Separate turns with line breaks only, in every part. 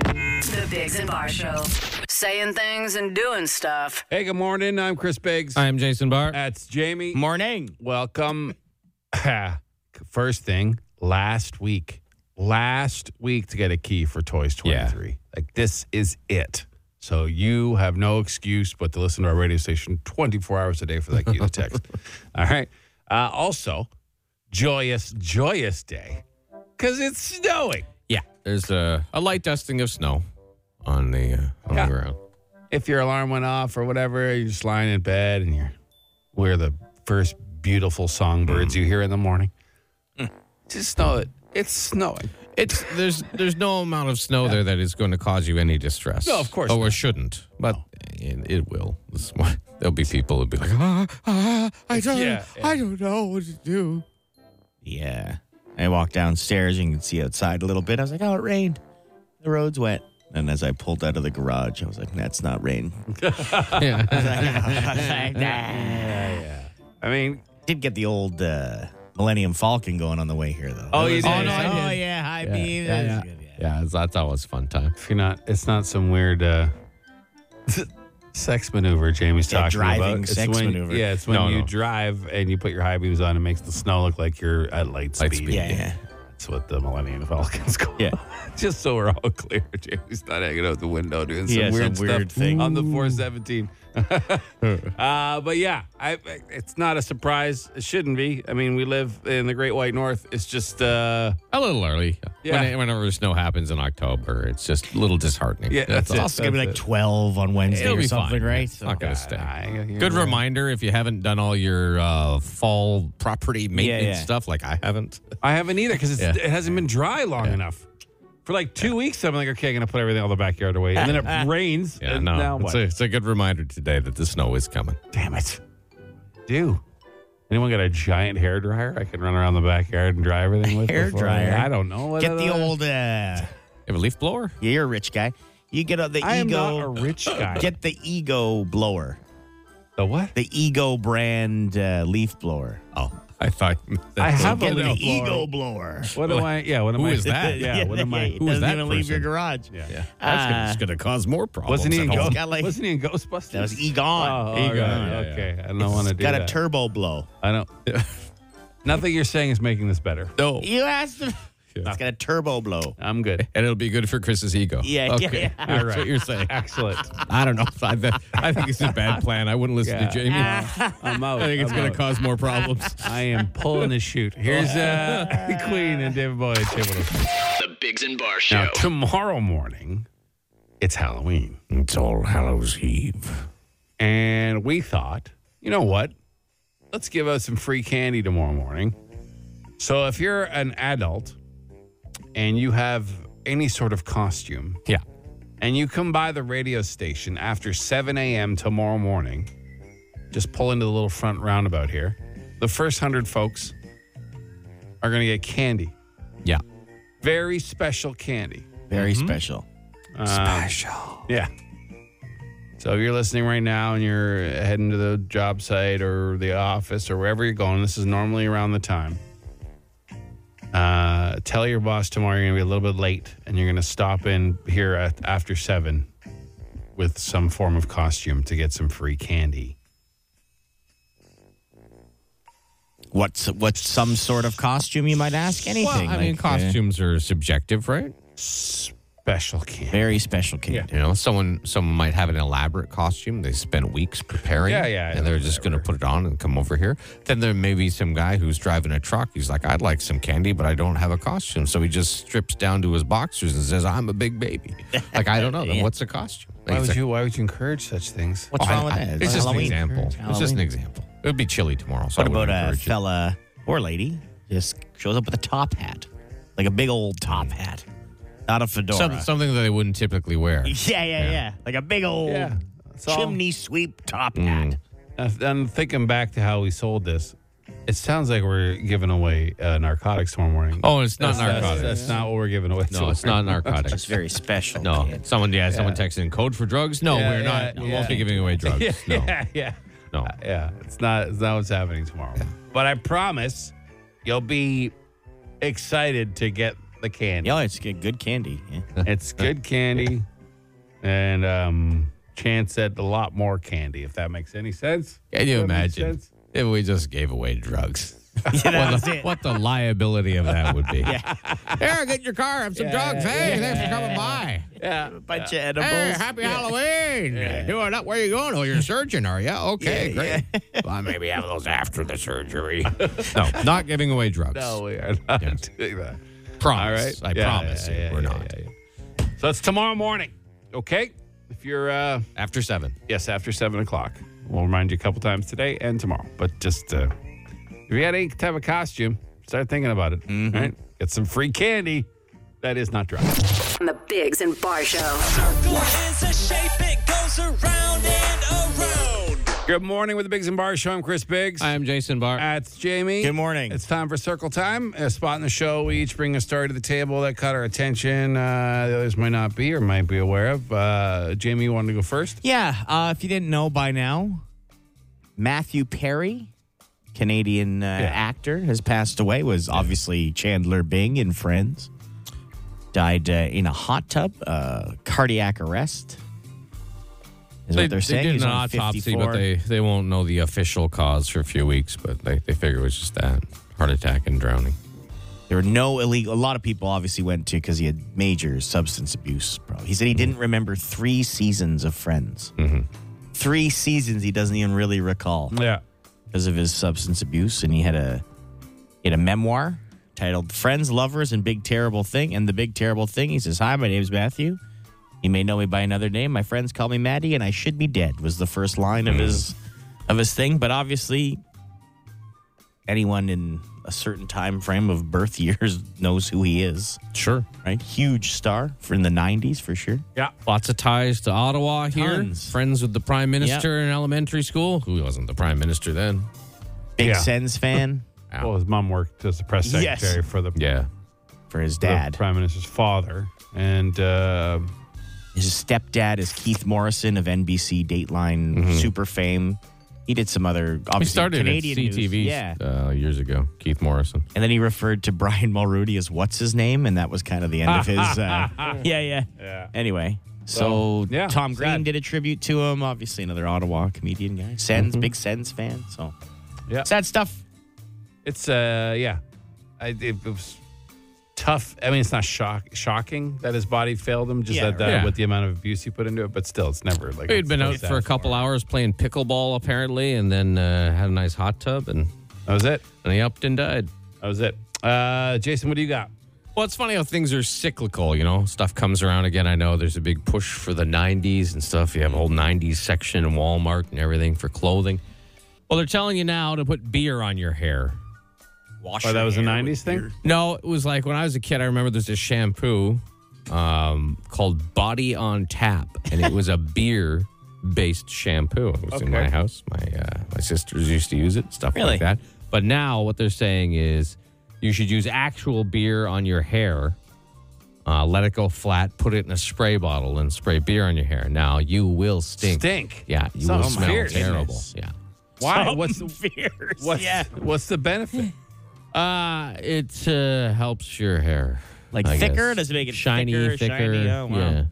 The Bigs and Bar Show. Saying things and doing stuff.
Hey, good morning. I'm Chris Biggs.
I am Jason Barr.
That's Jamie.
Morning.
Welcome. First thing, last week. Last week to get a key for Toys 23. Like, this is it. So you have no excuse but to listen to our radio station 24 hours a day for that key to text. All right. Uh, also, joyous, joyous day because it's snowing.
Yeah. There's a, a light dusting of snow on the uh, on
Yeah.
the ground.
if your alarm went off or whatever, you're just lying in bed and you're we're the first beautiful songbirds you hear in the morning. Just know it. It's snowing.
It's there's there's no amount of snow there that is going to cause you any distress. Oh,
No, of course
Or
not.
it shouldn't, but it, it will. This one, there'll be people who'll be like, ah, ah, I don't,
yeah,
I don't know what to do.
Yeah. I walked downstairs and you could see outside a little bit. I was like, oh, it rained. The road's wet. And as I pulled out of the garage, I was like, that's not rain.
Yeah.
I mean,
Did get the old uh, Millennium Falcon going on the way here, though.
Oh,
That
you
was
did?
nice.
Oh, no,
I
Oh,
did.
yeah. High
Yeah,
beam.
yeah,
That was
yeah.
good, yeah.
yeah, it's- that's always fun time.
if you're not, it's not some weird uh, sex maneuver Jamie's
Yeah,
talking about.
driving
It's
sex
when-
maneuver.
Yeah, it's when
No,
you
no.
drive and you put your high beams on, it makes the snow look like you're at light speed.
Light speed.
Yeah, yeah.
That's what the Millennium Falcons call.
Yeah.
Just so we're all clear, Jamie's not hanging out the window doing some,
Yeah, some
weird,
weird
stuff
thing.
on the 417. uh, but yeah, I, I- it's not a surprise. It shouldn't be. I mean, we live in the Great White North. It's just, uh,
A little early.
Yeah.
When- whenever snow happens in October, it's just a little disheartening.
Yeah, that's
all.
it.
It's going to be like
That's
12 on Wednesday
It'll
or
be
something,
fine.
right?
It's not going to stay.
I- you
Good
know,
reminder if you haven't done all your uh, fall property maintenance
yeah. Uh,
stuff, like I haven't.
I haven't either because
Yeah.
it hasn't been dry long enough. For like two weeks, I'm like, okay, I'm gonna put everything all the backyard away, and then it rains.
Yeah,
and
no.
Now
it's,
what?
a, it's a good reminder today that the snow is coming.
Damn it. Do. Anyone got a giant hair dryer I can run around the backyard and dry everything with?
Hair
before-
dryer?
I don't know. What
Get the
other-
old, uh, yeah,
You have a leaf blower?
you're a rich guy. You get uh, the
I am
ego.
not a rich guy.
Get the ego blower,
the what?
the ego brand uh, leaf blower.
Oh, I thought.
I have
Get
a
the
leaf
ego
blower.
blower.
What am I? Yeah. What am
Who
I?
is that?
Yeah. What am I?
It
Who was
doesn't
that
even leave your
person?
garage.
Yeah.
Yeah. That's
Uh,
gonna, just going to cause more problems.
Wasn't he in
at home.
Ghost?
got like-
Wasn't he in Ghostbusters?
That was
Oh,
Egon.
all
Egon,
right,
yeah, yeah.
Okay. I don't want to do
got
that.
a turbo blow.
I don't. Nothing you're saying is making this better.
No.
You asked him. It's got a turbo blow.
I'm good.
And it'll be good for Chris's ego.
Yeah, yeah,
okay.
yeah.
That's what you're saying.
Excellent.
I don't know. if I, that, I think it's a bad plan. I wouldn't listen
Yeah.
to Jamie.
Ah.
I'm out.
I think it's going to cause more problems.
I am pulling the shoot. Here's uh, Queen and David Bowie. at Table to-
The Bigs and Bar Show.
Now, tomorrow morning, it's Halloween.
It's All Hallows Eve.
And we thought, you know what? Let's give out some free candy tomorrow morning. So if you're an adult and you have any sort of costume
Yeah.
and you come by the radio station after 7 a.m. tomorrow morning, just pull into the little front roundabout here. The first 100 folks are going to get candy.
Yeah.
Very special candy.
Very special.
Special.
Yeah. So if you're listening right now and you're heading to the job site or the office or wherever you're going, this is normally around the time. Uh, tell your boss tomorrow you're going to be a little bit late and you're going to stop in here at after seven with some form of costume to get some free candy.
What's what's some sort of costume you might ask? Anything.
Well, I mean,
like, uh,
costumes are subjective, right?
Special candy.
very special kid.
You know, someone someone might have an elaborate costume they spent weeks preparing.
Yeah, yeah,
And they're just going to put it on and come over here. Then there may be some guy who's driving a truck. He's like, I'd like some candy, but I don't have a costume. So he just strips down to his boxers and says, I'm a big baby. Like, I don't know. Then what's a costume? Like,
Why
it's
would
like-
you? Why would you encourage such things?
What's
I-
wrong with
I-
that?
It's just an
Halloween.
example. It's just an
Halloween.
example. It would be chilly tomorrow. So
What
I wouldn't
uh,
about a
encourage it.
fella or lady just shows up with a top hat, like a big old top hat, not a fedora?
Some, something that they wouldn't typically wear?
yeah, yeah,
Yeah.
yeah, like a big old
Yeah, that's all.
chimney sweep top hat.
Uh, I'm thinking back to how we sold this. It sounds like we're giving away uh, narcotics tomorrow morning.
Oh, it's not
That's-
narcotics.
That's, not what we're giving away.
no, it's not narcotics.
It's very special.
No,
kid.
someone yeah, someone texted in code for drugs. No,
Yeah,
we're
yeah,
not. We won't be
yeah.
giving away drugs.
Yeah,
No,
yeah, yeah,
no.
yeah. It's not. It's not what's happening tomorrow. But I promise, you'll be excited to get the candy.
Yeah, it's good, good candy. Yeah.
It's good candy. And um Chance said a lot more candy, if that makes any sense.
Can you
That makes
imagine
sense.
if we just gave away drugs?
that
what,
was
the,
it.
what the liability of that would be. Here, get in your car, have some drugs. hey, thanks for coming by.
Yeah.
Bunch of
Hey,
edibles.
happy Halloween. You are not where you going? Oh, you're a surgeon, are you? Okay, great. Well, maybe have those after the surgery. no, not giving away drugs.
No, we are not doing that.
Promise.
All right.
I
Yeah,
promise
yeah,
you,
yeah,
we're
yeah,
not.
yeah, yeah. So it's tomorrow morning. Okay. If you're uh
After seven.
yes, after seven o'clock. We'll remind you a couple times today and tomorrow. But just uh if you got any type of costume, start thinking about it. all Right? Get some free candy. That is not dry.
On the Bigs and Bar Show.
Circle is a shape, it goes around and around.
Good morning with the Biggs and Bar Show. I'm Chris Biggs.
I am Jason Barr.
That's Jamie.
Good morning.
It's time for Circle Time, a spot in the show. We each bring a story to the table that caught our attention. Uh, the others might not be or might be aware of. Uh, Jamie, you wanted to go first?
Yeah, uh, if you didn't know by now, Matthew Perry, Canadian uh, actor, has passed away. Was obviously Chandler Bing in Friends. Died uh, in a hot tub, uh, cardiac arrest. Is
they,
what they're
they
saying.
did
He's
an
only
autopsy,
54.
but they, they won't know the official cause for a few weeks, but they, they figure it was just that heart attack and drowning.
There were no illegal. A lot of people obviously went to because he had major substance abuse. Probably. He said he didn't remember three seasons of Friends. Three seasons he doesn't even really recall.
Yeah.
because of his substance abuse, and he had a he had a memoir titled "Friends, Lovers, and Big Terrible Thing." And the big terrible thing, he says, "Hi, my name's Matthew. You may know me by another name. My friends call me Maddie, and I should be dead." Was the first line of his of his thing, but obviously, anyone in a certain time frame of birth years knows who he is,
Sure.
right? Huge star for in the '90s for sure.
Yeah.
Lots of ties to Ottawa here.
Tons.
Friends with the prime minister in elementary school. Who wasn't the prime minister then?
Big
Yeah.
Sens fan
Well, his mom worked as the press
Yes.
secretary for the,
Yeah.
for his
for the
dad.
prime minister's father. And uh,
His stepdad is Keith Morrison of NBC Dateline
Mm-hmm.
super fame. He did some other obviously
We started
Canadian
at CTV
news. Yeah.
uh, years ago. Keith Morrison.
And then he referred to Brian Mulrooney as what's his name and that was kind of the end of his uh, Yeah, yeah.
Yeah.
Anyway, so
Well, yeah,
Tom
sad.
Green did a tribute to him, obviously another Ottawa comedian guy. Sens, big Sens fan, so
Mm-hmm. Yeah.
Sad stuff.
it's, uh, yeah, I, it was tough. I mean, it's not shock, shocking that his body failed him, just
Yeah,
that, that
right.
with the amount of abuse he put into it, but still, it's never like.
He had been
it's
out
sad
for a couple hours playing pickleball, apparently, and then uh, had a nice hot tub, and,
That was it.
and he upped and died.
That was it. Uh, Jason, what do you got?
Well, it's funny how things are cyclical, you know? Stuff comes around again. I know there's a big push for the 90s and stuff. You have a whole 90s section in Walmart and everything for clothing. Well, they're telling you now to put beer on your hair.
Wash
Oh, that
your
was a
hair with
'90s thing.
beer.
No, it was like when I was a kid, I remember there's a shampoo um, called Body on Tap, and it was a beer based shampoo. It was in
Okay.
my house. My uh, my sisters used to use it, stuff
Really?
like that. But now what they're saying is you should use actual beer on your hair. Uh, let it go flat, put it in a spray bottle, and spray beer on your hair. Now you will stink.
Stink.
Yeah, you
Something
will smell
fierce.
terrible.
Goodness.
Yeah.
Why? what's the
Fierce.
what's,
yeah.
what's the benefit?
Uh, it uh, helps your hair.
Like
I
thicker?
guess.
Does it make it
shiny,
thicker,
thicker?
shiny? Oh, wow.
Yeah,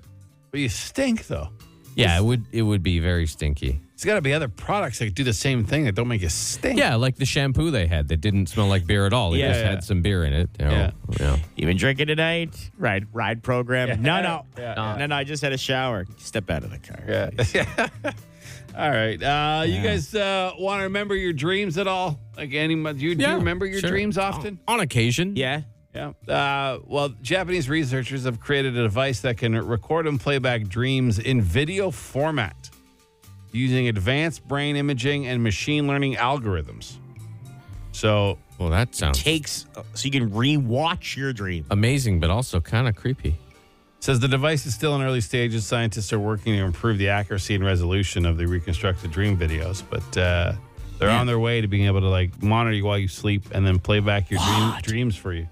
But you stink though.
yeah. It would it would be very stinky.
There's got to be other products that do the same thing that don't make you stink.
Yeah, like the shampoo they had that didn't smell like beer at all. It
Yeah,
just
yeah.
had some beer in it. you know.
Yeah.
yeah.
You've been drinking tonight? Ride ride program. No, no.
Yeah,
No, no, I just had a shower. Step out of the car.
Yeah. all right. Uh, You guys uh, want to remember your dreams at all? Like any, do you, do you
Yeah,
remember your
sure. Oh.
dreams often?
On occasion.
Yeah.
Yeah. Uh, well, Japanese researchers have created a device that can record and playback dreams in video format using advanced brain imaging and machine learning algorithms. So,
Well, that sounds
Takes so you can rewatch your dream.
amazing, but also kind of creepy.
it says the device is still in early stages. Scientists are working to improve the accuracy and resolution of the reconstructed dream videos, but uh, they're on their way to being able to like monitor you while you sleep and then play back your dream, dreams for you.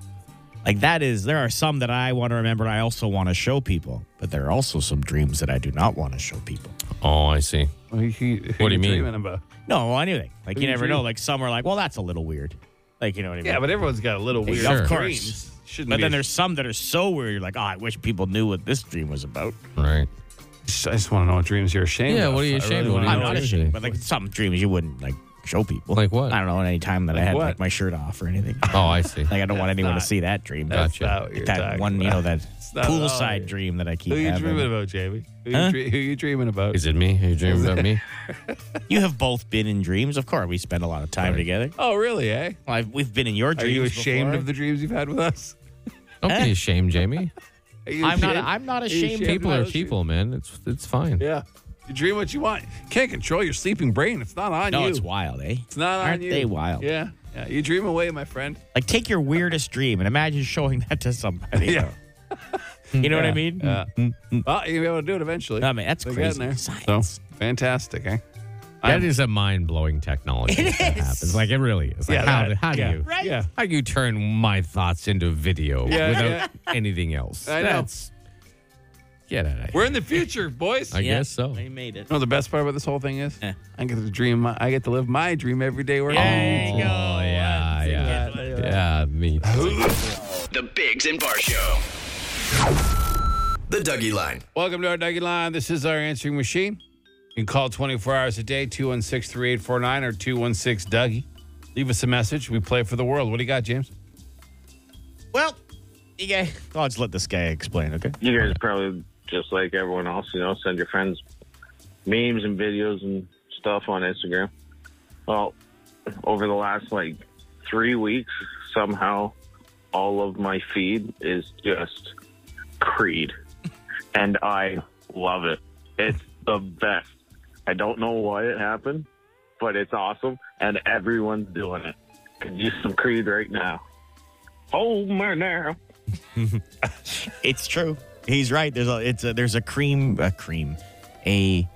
Like that is there are some that I want to remember and I also want to show people, but there are also some dreams that I do not want to show people.
Oh, I see.
What do you
What do you mean?
dreaming about?
No, anything. Like you
you
never
dream?
know. Like some are like, well, that's a little weird. Like you know what I mean?
Yeah, but everyone's got a little weird.
Of
Sure.
course.
dreams. Shouldn't
But
be
then
a-
there's some that are so weird. You're like, oh, I wish people knew what this dream was about.
Right.
I just want to know what dreams you're ashamed
Yeah,
of.
what are you
I
ashamed of?
wanna
What are
I'm
you
know.
not
usually-
ashamed, but like some dreams you wouldn't like show people.
Like what?
I don't know. Any time that I had
what?
like my shirt off or anything.
Oh, I see.
Like I don't want anyone
not-
to see that dream.
That's
Gotcha.
not what you're
that
talking
one, you
about.
know, that
It's not at all
poolside
you.
dream that I keep
Who are you
having.
dreaming about, Jamie? Who you,
Huh?
dre- who you dreaming about?
Is it me? Are you dreaming about me?
You have both been in dreams, of course. We spend a lot of time together.
oh, really, eh?
Well, I've, we've been in your
Are
dreams.
you ashamed
before.
of the dreams you've had with us?
Don't be ashamed, Jamie.
Are you
I'm not.
ashamed?
I'm not
Are you
ashamed.
ashamed?
of
People are people, man. It's it's fine.
Yeah. You dream what you want. You can't control your sleeping brain. It's not on
No,
you.
it's wild, eh?
It's not on
Aren't
you.
they wild?
Yeah. Yeah. You dream away, my friend.
Like, take your weirdest dream and imagine showing that to somebody.
Yeah.
You know what I mean?
Yeah. Uh, well, you'll be able to do it eventually.
I mean, Mm-hmm. that's
They're
crazy.
getting there.
Science.
So, fantastic, eh?
That is a mind blowing technology. It that happens. Like it really is. Like
Yeah,
how,
that-
how do
yeah.
you
Right?
Yeah.
how do you turn my thoughts into video
Yeah,
without anything else?
I know.
That's get out of here.
We're in the future, boys.
I
you
guess so.
They made it.
know what the best part about this whole thing is?
Eh.
I get to dream. My, I get to live my dream every day. We're
There you go.
Oh yeah, yeah,
that, look at
yeah. Me.
The Bigs and Bar Show. The Dougie Line.
Welcome to our Dougie Line. This is our answering machine. You can call 24 hours a day, 216 3849 or 216 Dougie. Leave us a message. We play for the world. What do you got, James?
Well, you guys, I'll just let this guy explain, okay?
you guys probably just like everyone else, you know, send your friends memes and videos and stuff on Instagram. Well, over the last like three weeks, somehow all of my feed is just Creed, and I love it. It's the best. I don't know why it happened, but it's awesome, and everyone's doing it. Could use some Creed right now. Oh my now.
It's true. He's right. There's a it's a there's a cream a cream a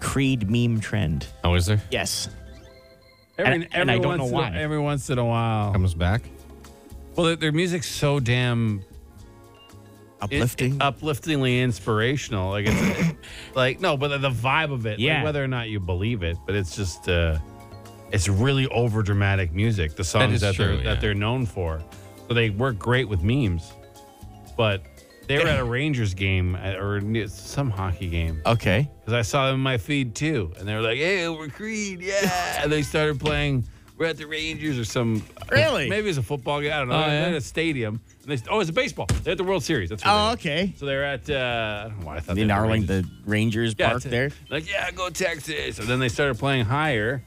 creed meme trend.
Oh, is there?
Yes.
Every,
And- and I don't know
once in a-
why.
every once in a while.
Comes back.
Well, their, their music's so damn it-
Uplifting.
upliftingly inspirational. Like it's like no, but the, the vibe of it, like,
Yeah.
whether or not you believe it, but it's just uh it's really over dramatic music. The songs
is
that, they're
true, yeah.
that they're known for, so they work great with memes. But they were at a Rangers game uh, or ne- some hockey game
okay.
because I saw them in my feed too, and they were like, "Hey, we're Creed, yeah!" and they started playing. We're at the Rangers or some.
Really?
Maybe it's a football game. I don't know.
Oh,
They're at
yeah.
a stadium. And they, oh, it's a baseball. They're at the World Series. That's what they
Oh,
were.
okay.
So they're at. Uh, I don't know why I thought they
In
were
Arling,
Rangers.
the Rangers
Yeah,
Park
t-
there.
Like, yeah, go Texas. And then they started playing higher.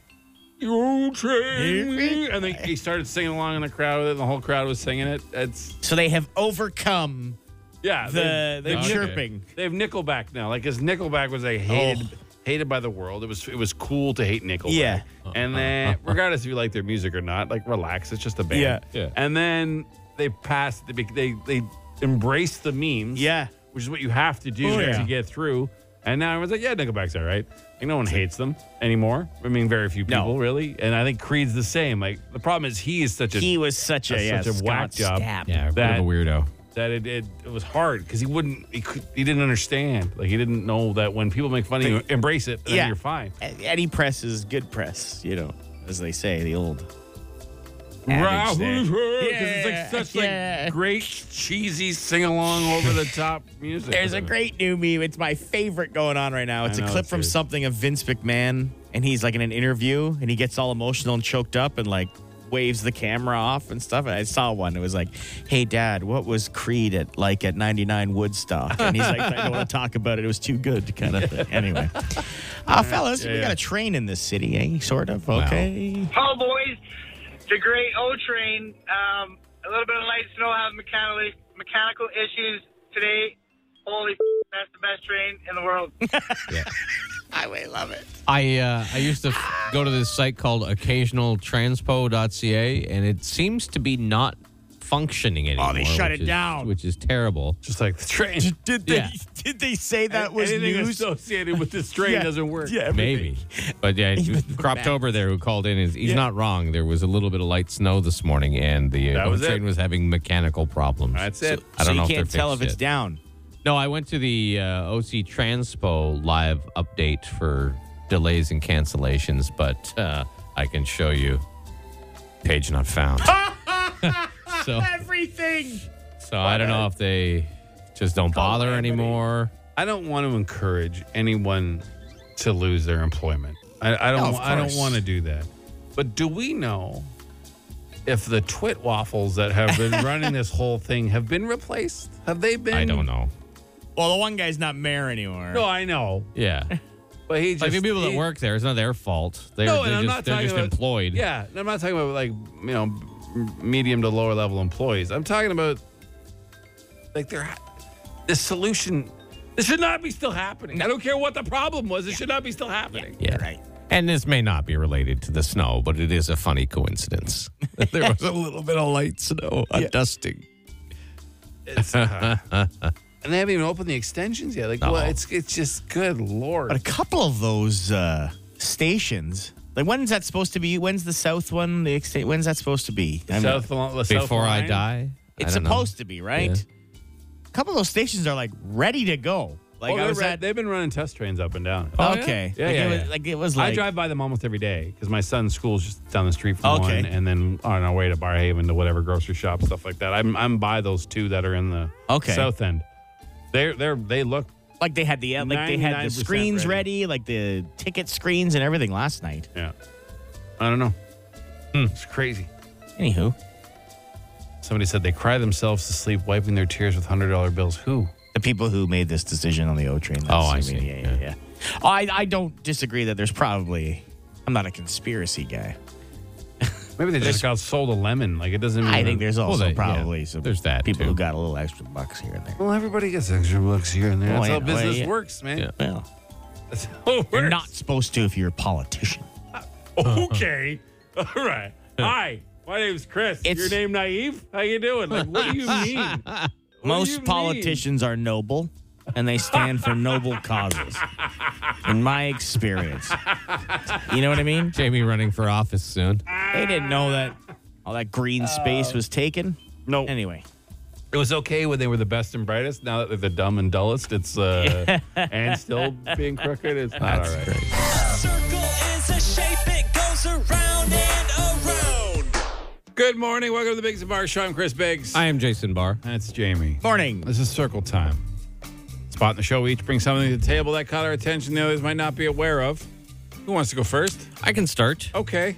You train me. And they, they started singing along in the crowd with it, and the whole crowd was singing it. It's
So they have overcome
yeah.
the
they-
the
Okay.
chirping.
They have Nickelback now. Like, because Nickelback was a hated, hated by the world. It was it was cool to hate Nickelback.
Oh. Yeah. Uh-huh.
And then, regardless if you like their music or not, like relax. It's just a band.
Yeah.
Yeah.
And then they passed. They bec- they they embraced the memes.
Yeah.
Which is what you have to do
Oh, yeah.
to get through. And now everyone's like, yeah, Nickelback's all right. Like no one hates them anymore. I mean, very few
No.
people really. And I think Creed's the same. Like the problem is he is such a
He was such a,
That's
yeah,
such a
Scott
whack job.
Stapp.
Yeah, a
That-
bit of a weirdo.
that it, it, it was hard because he wouldn't he could he didn't understand like he didn't know that when people make fun of you embrace it then
Yeah.
you're fine
E- Any press is good press, you know, as they say, the old.
because
Adage there. Yeah,
it's like such
yeah.
like great cheesy sing along over the top music
There's a great new meme. It's my favorite going on right now. It's
know,
a clip from
dude.
something of Vince McMahon, and he's like in an interview, and he gets all emotional and choked up, and like waves the camera off and stuff. And I saw one. It was like, "Hey, Dad, what was Creed at like at 99 Woodstock?" And he's like, "I don't want to talk about it. It was too good," kind of thing. Anyway, uh, fellas, we
yeah.
got a train in this city, eh? Sort of. Okay.
Hello, Oh, boys. The great O train. Um, a little bit of light snow has mechanical mechanical issues today. Holy, f- that's the best train in the world.
I uh, I used to f- go to this site called occasionaltranspo.ca, and it seems to be not functioning anymore.
Oh,
they shut
which
it
is-
down.
which is terrible.
just like the train
Did they
Yeah.
did they say that was
anything
news?
associated with this train
Yeah.
doesn't work
yeah,
Maybe, but yeah, Croptober there who called in is he's not wrong. There was a little bit of light snow this morning, and the
That
uh,
was it.
train was having mechanical problems.
That's it.
So, I don't
so
know
you
if
can't
they're
tell if
fixed
it's
yet.
down.
No, I went to the uh, OC Transpo live update for delays and cancellations, but uh, I can show you page not found. So
Everything.
so I don't know if they just don't bother anymore.
I don't want to encourage anyone to lose their employment. I, I don't.
of
I don't
course.
want to do that. But do we know if the twit waffles that have been running this whole thing have been replaced? Have they been?
I don't know.
Well, the one guy's not mayor anymore.
No, I know.
Yeah.
But he just
Like the people that
he-
work there, it's not their fault. They're,
No,
they're
and I'm
just,
not
they're
talking
just
about-
employed.
Yeah, and I'm not talking about like you know m- medium to lower level employees. I'm talking about like they're ha- the solution. This should not be still happening. I don't care what the problem was. It should not be still happening.
Yeah. Right. And this may not be related to the snow, but it is a funny coincidence. there was a little bit of light snow, a dusting.
uh, And they haven't even opened the extensions yet. Like, well, it's it's just good lord.
But a couple of those uh, stations. Like when's that supposed to be? When's the south one? The extent, when's that supposed to be? I mean,
South Lon- the South
Before I
Line?
die,
it's
I don't know.
supposed to be, right? A couple of those stations are like ready to go. Like
Oh,
I
they're
was
re-
at. Oh,
they've been running test trains up and down.
okay.
Yeah,
like,
yeah,
it was,
yeah.
like it was like
I drive by them almost every day because my son's school's just down the street from
Okay.
one, and then on our way to Barhaven to whatever grocery shop stuff like that. I'm I'm by those two that are in the
Okay.
south end. They're they're they look
like they had the uh, like they had the
99%
screens
ready.
ready. like the ticket screens and everything last night.
yeah. I don't know. It's crazy.
Anywho,
Somebody said they cry themselves to sleep, wiping their tears with hundred dollar bills. Who?
the people who made this decision on the O train. that's-
Oh, I see.
Yeah, yeah, yeah. I I don't disagree that there's probably. I'm not a conspiracy guy.
Maybe they just got sold a lemon. Like it doesn't.
I
even-
think there's also
they- Mm-hmm. yeah,
probably some
there's that,
people
too.
who got a little extra bucks here and there.
Well, everybody gets extra bucks here and there.
Well,
That's
yeah,
how
well,
business
oh, yeah.
works, man.
Yeah.
Well,
That's how it
you're
works.
not supposed to if you're a politician.
Okay. All right. Hi. My name's Chris.
It's-
Your name naive? How you doing? Like, what do you mean? you
Most
mean?
politicians are noble and they stand for noble causes. In my experience. You know what I mean?
Jamie running for office soon.
They didn't know that all that green space was taken.
Uh, No.
Anyway,
It was okay when they were the best and brightest. Now that they're the dumb and dullest, it's uh and still being crooked. It's not all right.
Circle is a shape, it goes around and around.
Good morning. Welcome to the Biggs and Bar Show. I'm Chris Biggs.
I am Jason Barr.
That's Jamie.
morning.
This is circle time. Spot in the show. We each bring something to the table that caught our attention the others might not be aware of. Who wants to go first?
I can start.
Okay.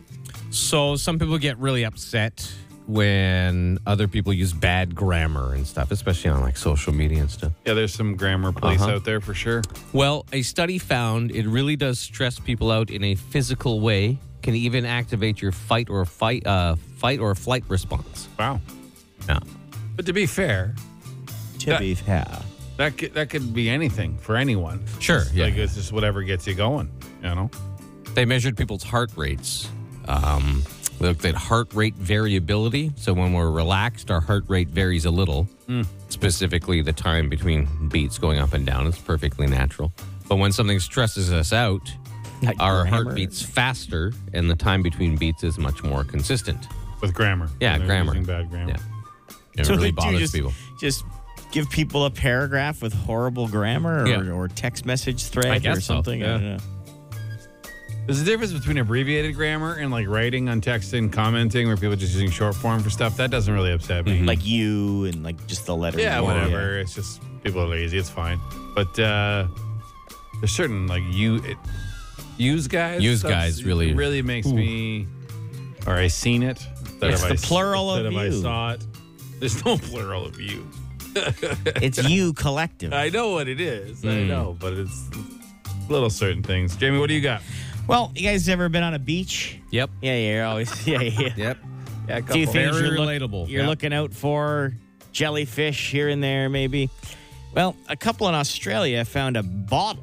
So some people get really upset when other people use bad grammar and stuff, especially on like social media and stuff.
Yeah, there's some grammar police
Uh-huh.
out there for sure.
Well, a study found it really does stress people out in a physical way. Can even activate your fight or fight, uh, fight or flight response.
Wow.
Yeah.
But to be fair,
To be fair.
That could, that could be anything for anyone.
Sure,
It's
yeah.
Like it's just whatever gets you going. You know.
They measured people's heart rates. Um, they looked at heart rate variability. So when we're relaxed, our heart rate varies a little.
Hmm.
Specifically, the time between beats going up and down is perfectly natural. But when something stresses us out,
Like
our
grammar.
heart beats faster, and the time between beats is much more consistent.
With grammar. When
Yeah,
they're
grammar.
using Bad grammar.
Yeah. It
So
really
they do
bothers
just,
people.
Just give people a paragraph with horrible grammar or,
Yeah.
or text message thread
I
or
guess so,
something. I
yeah.
don't know.
There's a difference between abbreviated grammar and like writing on text and commenting, where people are just using short form for stuff. That doesn't really upset
Mm-hmm.
me.
Like you and like just the letter.
yeah,
U.
whatever. It's just people are lazy. It's fine. But uh there's certain like you it, use guys.
Use
stuff's-
guys really-
really makes me. Or I seen it. instead
It's
of
the
I s-
plural of
instead I
you.
saw it. There's no plural of you.
It's you collective.
I know what it is. I
Hmm.
know, but it's little certain things. Jamie, what do you got?
Well, you guys ever been on a beach?
Yep.
Yeah, yeah, you're always yeah, yeah.
Yep.
Yeah,
Do you think
Very
you're look-
relatable.
you're
Yeah.
looking out for jellyfish here and there, maybe? Well, a couple in Australia found a bottle.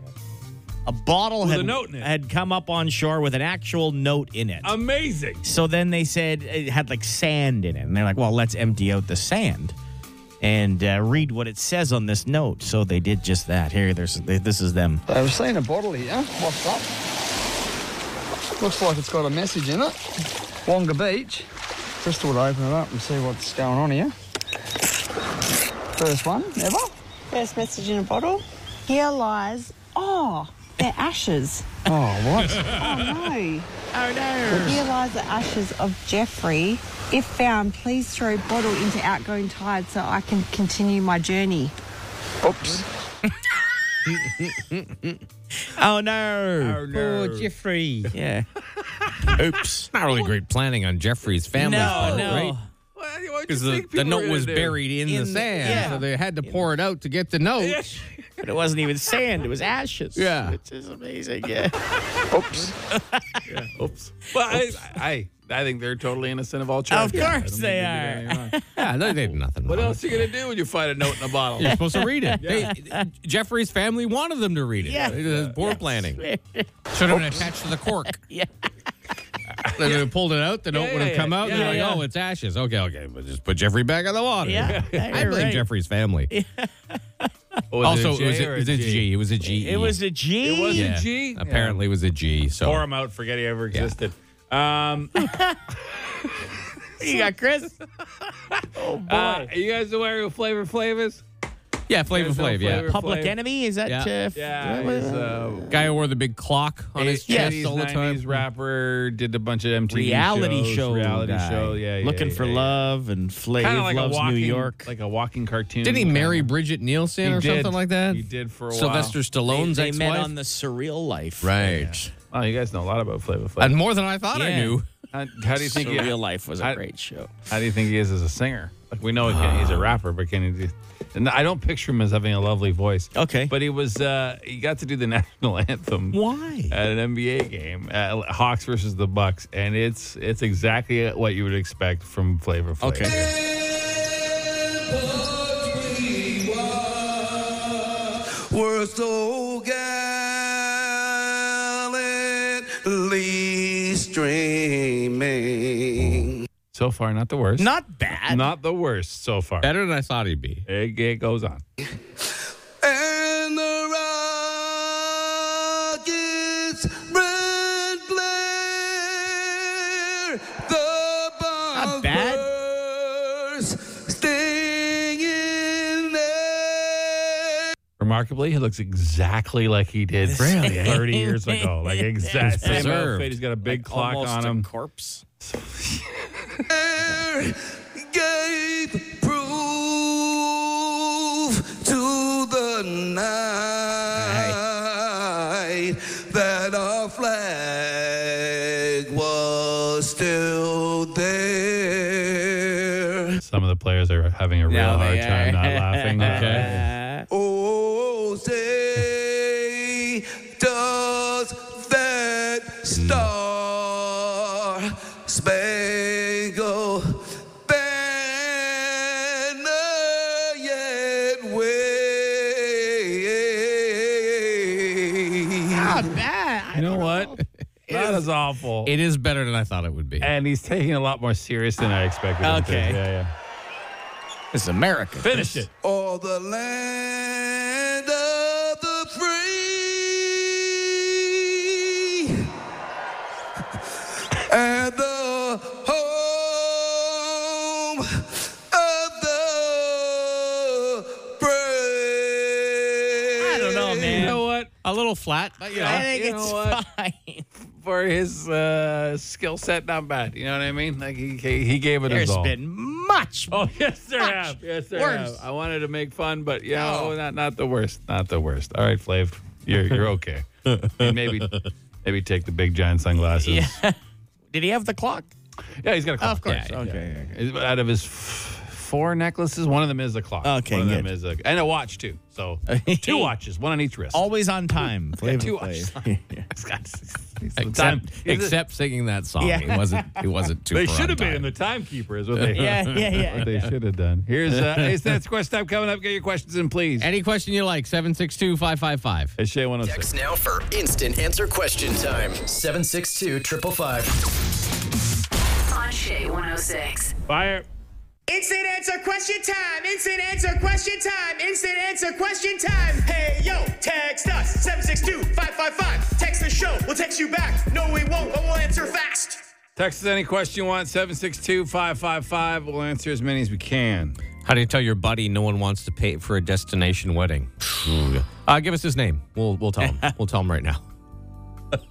A bottle
With
had
a note in it.
had come up on shore with an actual note in
Oh,
it.
amazing.
So then they said it had like sand in it. And they're like, well, let's empty out the sand and uh, read what it says on this note. So they did just that. Here, there's, this is them.
I've seen a bottle here, locked up. Looks like it's got a message in it. Wonga Beach. Just thought I'd open it up and see what's going on here. First one ever.
First message in a bottle. Here lies. Oh, They're ashes.
Oh, what?
oh, no. Oh, no. Realise the ashes of Jeffrey. If found, please throw bottle into outgoing tide so I can continue my journey.
Oops.
oh no!
Oh no!
Oh, Jeffrey. Yeah.
Oops. Not really great planning on Jeffrey's family.
No,
part,
no.
Right? Because the, the note was buried in, the
In the-
sand,
yeah.
so they had to pour it out to get the note.
But it wasn't even sand; it was ashes.
Yeah.
Which is amazing. Yeah.
Oops.
Oops. Well, I, I, I think they're totally innocent of all charges.
Of
I don't
course
think
they
did anything wrong.
Yeah, they did nothing.
What
wrong.
else are you gonna do when you find a note in a bottle?
You're supposed to read it. They, Jeffrey's family wanted them to read it.
Yeah.
It was poor planning.
Swear.
Should have been attached to the cork.
Yeah.
They would have pulled it out. The note
Yeah,
would have
yeah,
come out.
yeah,
and they're
yeah.
like, oh, it's ashes. Okay, okay. We'll just put Jeffrey back in the water.
Yeah.
I
You're
blame
right.
Jeffrey's family.
Oh, is
Also,
a J
it was,
or
a,
a
it was a G. It was a G.
It was a G.
It was
Yeah.
a G.
Apparently, it was a G. So
Pour him out. Forget he ever existed. Um,
What do you got, Chris? oh boy.
uh, are you guys aware of Flavor Flavors?
yeah, Flavor
There's no
Flav. Yeah,
Flavor
Public
Flav.
Enemy? Is that?
Yeah.
Uh, f-
Yeah,
what was
he's,
that?
uh,
guy who wore the big clock on his
Yeah,
chest all the
90s
time.
rapper did a bunch of MTV
reality
shows,
show.
reality
guy.
show. Yeah, yeah
Looking
yeah,
for
yeah.
love
Kind
and Flav
of like
loves
a walking,
New York.
like a walking cartoon.
Didn't he marry Bridget Nielsen
Mm, He
or
did.
something like that?
He did for a
Sylvester
while.
Stallone's
they, they met
ex-wife.
on the Surreal Life.
right,
Oh, you guys know a lot about Flavor Flav.
and more than I thought I
Yeah.
knew.
how, how do you think?
Surreal
He,
Life was a
I-
great show.
how do you think he is as a singer? Like we know he can, he's a rapper, but can he? Do, and I don't picture him as having a lovely voice.
Okay.
but he was. Uh, he got to do the national anthem.
Why?
at an NBA game, uh, Hawks versus the Bucks, and it's it's exactly what you would expect from Flavor Flav.
Okay.
We're so gallantly streaming.
So far, not the worst.
Not bad.
Not the worst so far.
Better than I thought he'd be.
It, it goes on.
And the rockets, Brent Blair, the
Not bad.
bombers, stinging there.
Remarkably, he looks exactly like he did really? 30 years ago. Like exact same
preserved.
outfit. He's got a big clock
Almost
on
a
him.
corpse.
Gave proof to the night that our flag was still there.
Some of the players are having a real
Now
hard
they
time
are.
not laughing.
Okay.
Oh, say, does that star spangled banner yet wave?
Not bad.
You know what? that is awful.
It is better than I thought it would be.
and he's taking a lot more serious than I expected. him to.
Okay.
Yeah, yeah.
This is America.
Finish it.
Or the land of the free and the home of the brave.
I don't know, man.
You know what?
a little flat, but you know,
I think
You know
it's
what?
fine.
For his uh, skill set, not bad. You know what I mean? Like he he gave it his
There's
all.
been much.
Oh yes, there
Much
have. Yes, there
worse.
have. I wanted to make fun, but yeah, oh, not not the worst. Not the worst. All right, Flav, you're you're okay. And maybe maybe take the big giant sunglasses.
Yeah. Did he have the clock?
Yeah, he's got a clock.
Of course.
Yeah,
okay.
yeah. Is- Out of his f- four necklaces, one of them is a clock.
Okay,
one of them
good.
is a and a watch too. So two watches, one on each wrist.
Always on time. Flavor
two
Flav. Yeah.
He's got- he's the time-
except,
he's the-
except singing that song,
Yeah.
it wasn't. It wasn't too.
They should have been the timekeeper, is what they
Yeah, yeah, yeah.
what they should have done. Here's uh, Ace That's Quest Time coming up. Get your questions in, please.
Any question you like, 762 555.
It's oh Shay 106.
Text now for instant answer question time 762 555.
On oh Shay 106.
Fire.
Instant answer question time. Instant answer question time. Instant answer question time. Hey, yo, text us 762 555. Text the show. We'll text you back. No, we won't, but we'll answer fast.
Text us any question you want, 762 555. We'll answer as many as we can.
How do you tell your buddy no one wants to pay for a destination wedding? uh, give us his name. We'll we'll tell him. we'll tell him right now.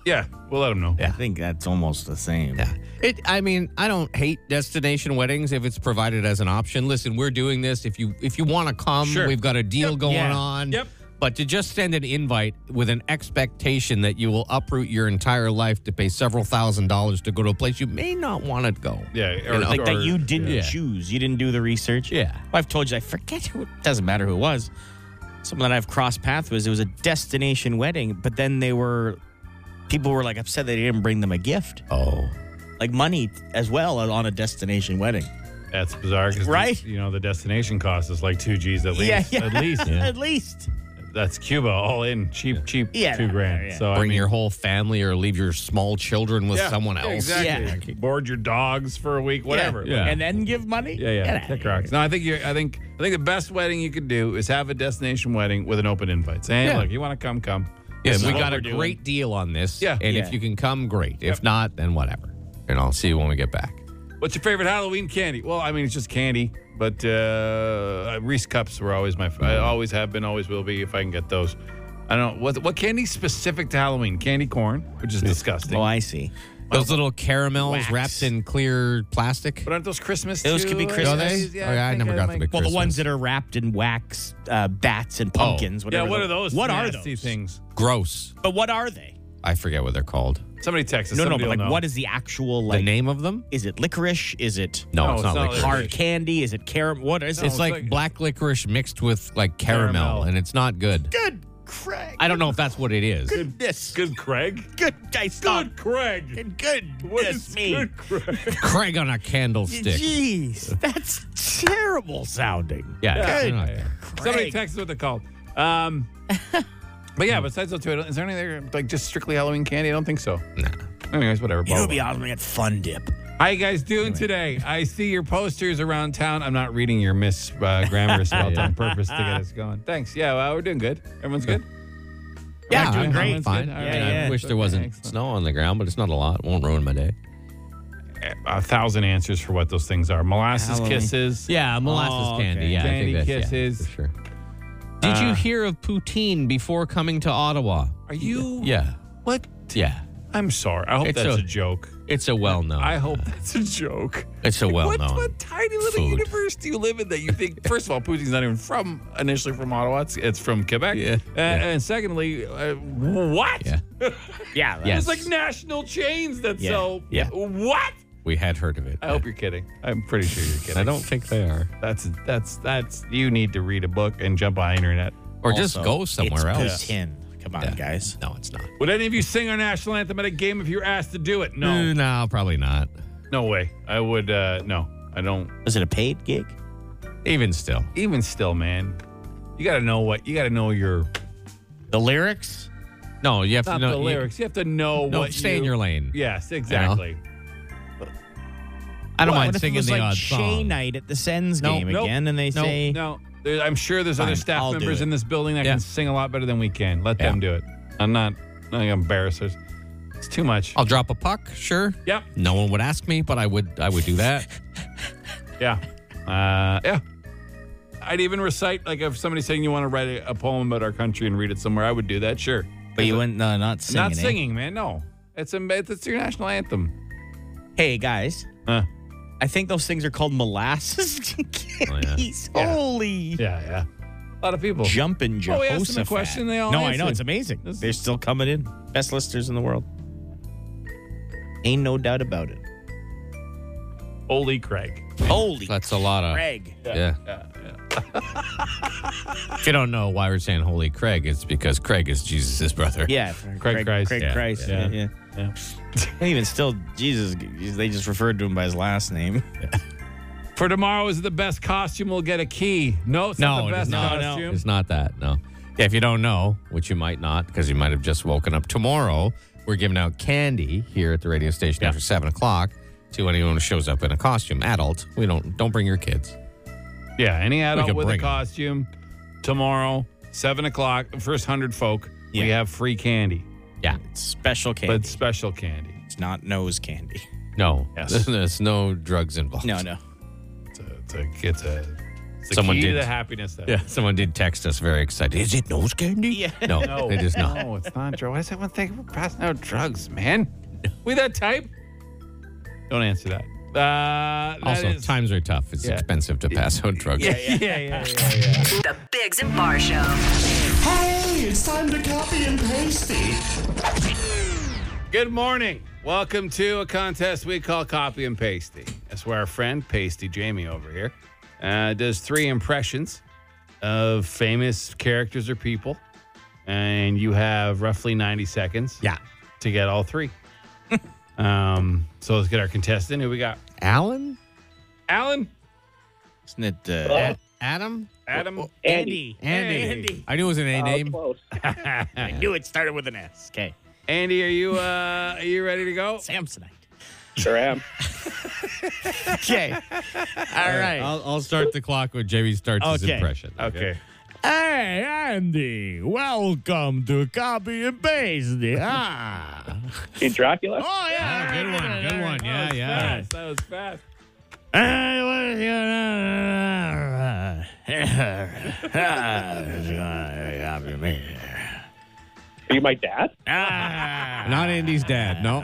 yeah, we'll let him know.
I think that's almost the same. Yeah.
It. I mean, I don't hate destination weddings if it's provided as an option. Listen, we're doing this. If you if you want to come,
Sure.
we've got a deal going
Yeah.
on.
Yep.
But to just send an invite with an expectation that you will uproot your entire life to pay several thousand dollars to go to a place you may not want to go.
Yeah,
or-
like that
or-
you didn't
yeah.
choose. You didn't do the research.
Yeah.
Well, I've told you, I forget who, it doesn't matter who it was. Someone that I've crossed paths with, it was a destination wedding, but then they were, people were like upset they didn't bring them a gift.
Oh.
Like money as well on a destination wedding.
That's bizarre, 'cause
Right?
the- you know, the destination cost is like two G's at least.
Yeah, yeah.
At least.
At least.
That's Cuba all in cheap, cheap
Yeah,
two grand.
yeah.
So I
Bring
mean,
your whole family or leave your small children with
Yeah,
someone
yeah,
else.
Exactly. Board your dogs for a week, whatever.
Yeah.
And then give money?
Yeah,
Get
yeah.
outta
Kick
here.
rocks. No, I think you I think I think the best wedding you could do is have a destination wedding with an open invite. Saying,
Yeah.
look, you want to come, come.
Yeah,
This is
we
what
got
we're
a
doing.
great deal on this.
Yeah.
And
Yeah.
if you can come, great. If not, then whatever. And I'll see you when we get back.
What's your favorite Halloween candy? Well, I mean, it's just candy, but uh, Reese cups were always my. I always have been, always will be if I can get those. I don't know what what candy specific to Halloween. Candy corn, which is disgusting.
Oh, I see.
Those little caramels
Wax.
wrapped in clear plastic.
but aren't those Christmas?
Those
too?
could be
I guess?
Christmas.
Yeah,
Oh, yeah, I
think
never got
might-
them at
Well, the
Christmas.
ones that are wrapped in wax, uh, bats, and pumpkins.
Yeah,
Whatever
what
the-
are those?
What are
nasty
those
things?
Gross.
But what are they?
I forget what they're called.
Somebody text us.
No, no,
Somebody
but
will
like,
know.
what is the actual like?
the name of them?
Oh,
Is it licorice? Is it
No,
No,
it's,
it's
not,
not
licorice.
licorice.
hard candy? Is it caram? What is
It's
it?
like,
like-
black licorice mixed with like caramel,
Caramel.
and it's not good.
good Craig.
I don't know if that's what it is.
Goodness.
Good Craig.
Good. I stop.
Good Craig.
Good. Good.
What
goodness
is
me.
good Craig?
Craig on a candlestick.
Jeez, that's terrible sounding.
Yeah.
Good.
no, yeah.
Somebody
Craig.
text us what they're called. Um, but yeah, besides those two, I don't- is there any other like just strictly Halloween candy? I don't think so. Nah. Anyways, whatever.
You
blah,
know,
blah,
be awesome. We had fun dip.
How you guys doing today? I see your posters around town. I'm not reading your miss uh, grammar spelled on purpose to get us going. Thanks. Yeah, well, we're doing good. Everyone's good.
Yeah,
I'm-
doing
I'm
great.
Fine.
Good.
I,
Yeah,
mean, I
yeah.
wish there
Okay,
wasn't
excellent.
snow on the ground, but it's not a lot. It won't ruin my day.
A thousand answers for what those things are: molasses
Halloween.
kisses.
Yeah, molasses
Oh, okay.
candy. Yeah,
Candy
I think that's, yeah,
kisses.
for sure. Uh, Did you hear of poutine before coming to Ottawa?
Are you?
Yeah,
What?
yeah.
I'm sorry. I hope
It's
that's
a-
a joke.
It's a well-known.
I hope that's a joke.
it's a
what,
well-known.
what tiny little
food.
universe do you live in that you think? First of all, Poutine's not even from initially from Ottawa. It's, it's from Quebec.
Yeah.
And, and secondly, uh, what?
Yeah.
Yeah.
It's
Yes.
like national chains that
Yeah.
sell.
Yeah.
What?
We had heard of it.
I hope you're kidding. I'm pretty sure you're kidding.
I don't think they are.
That's that's that's. You need to read a book and jump on the internet.
Or just
Also,
go somewhere
it's
else.
Poutine. Come on, guys.
No, it's not.
Would any of you sing our national anthem at a game if you were asked to do it? No,
Mm, no, probably not.
no way. I would. uh No, I don't.
Was it a paid gig?
Even still,
Even still, man, you got to know what you got to know your
The lyrics?
no. You have
not
to know
the
you-
lyrics. You, have to know
no,
what.
stay
you,
in your lane.
Yes, exactly.
I don't
What
mind
if it
singing
was
the
like
odd
Shay
song.
night at the Sens
Nope,
game
nope,
again, and they
nope,
say
No, there, I'm sure there's other
Fine,
staff
I'll do
members
it.
in this building that
Yeah.
can sing a lot better than we can. Let
Yeah.
them do it. I'm not. I'm not gonna embarrass us. It's too much.
I'll drop a puck. Sure.
Yep.
No one would ask me, but I would. I would do that.
Yeah. Uh, yeah. I'd even recite like if somebody's saying you want to write a, a poem about our country and read it somewhere, I would do that. Sure.
But you went no, not singing.
Not
eh?
singing, man. No. It's a it's your national anthem.
Hey guys,
Huh.
I think those things are called molasses candies.
Yeah.
Holy
Yeah, yeah. A lot of people.
jumping
Well,
Jehoshaphat!
we asked them a question, they all
no, I know
answered.
it's amazing.
This-
They're still coming in. Best listeners in the world. Ain't no doubt about it.
Holy Craig.
Holy
That's a lot of.
Craig.
Yeah. if you don't know why we're saying holy Craig, it's because Craig is Jesus' brother.
Yeah, Craig
Christ.
Craig
Yeah,
Christ.
yeah,
Yeah, yeah.
yeah.
And even still, Jesus, they just referred to him by his last name.
For tomorrow is it the best costume will get a key. No, it's not
No,
the
it is
best
not.
No, no.
costume.
It's not that. No. Yeah, if you don't know, which you might not, because you might have just woken up tomorrow, we're giving out candy here at the radio station after seven o'clock to anyone who shows up in a costume. Adult, we don't don't bring your kids.
Yeah, any adult
could
with a
bring 'em.
costume tomorrow, seven o'clock. First hundred folk, we
Yeah.
have free candy,
Yeah,
It's special candy.
but special candy.
it's not nose candy.
no,
Yes.
there's no drugs involved.
No, no.
It's a, it's a, it's a the key to the happiness that-
Yeah, someone did text us very excited. Is it nose candy? Yeah. No, it is not.
No, it's not, Joe. Why does everyone think we're passing out drugs, man? We that type? Don't answer that. Uh, that
Also,
is-
times are tough. It's
Yeah.
expensive to pass out drugs.
yeah, yeah, yeah, yeah.
The Biggs and Bar Show.
Hey, it's time to copy and paste
Good morning. Welcome to a contest we call Copy and Pasty. That's where our friend Pasty Jamie over here uh, does three impressions of famous characters or people, and you have roughly ninety seconds. Yeah, to get all three. um, so let's get our contestant. Who we got?
Alan?
Alan.
Isn't it uh,
Hello?
Adam?
Adam.
Andy. Andy.
I knew it was an A name.
I knew it started with an S. Okay.
Andy, are you uh, are you ready to go?
Samsonite.
Sure am.
Okay. All right.
I'll, I'll start the clock when Jamie starts his
Okay.
impression.
Okay.
Hey, Andy, welcome to Copy and Paste. Ah.
Dracula?
Oh, yeah.
good one. Good one. Yeah, yeah.
That was fast.
Hey, what is your name?
Are you my dad?
Not Andy's dad. No.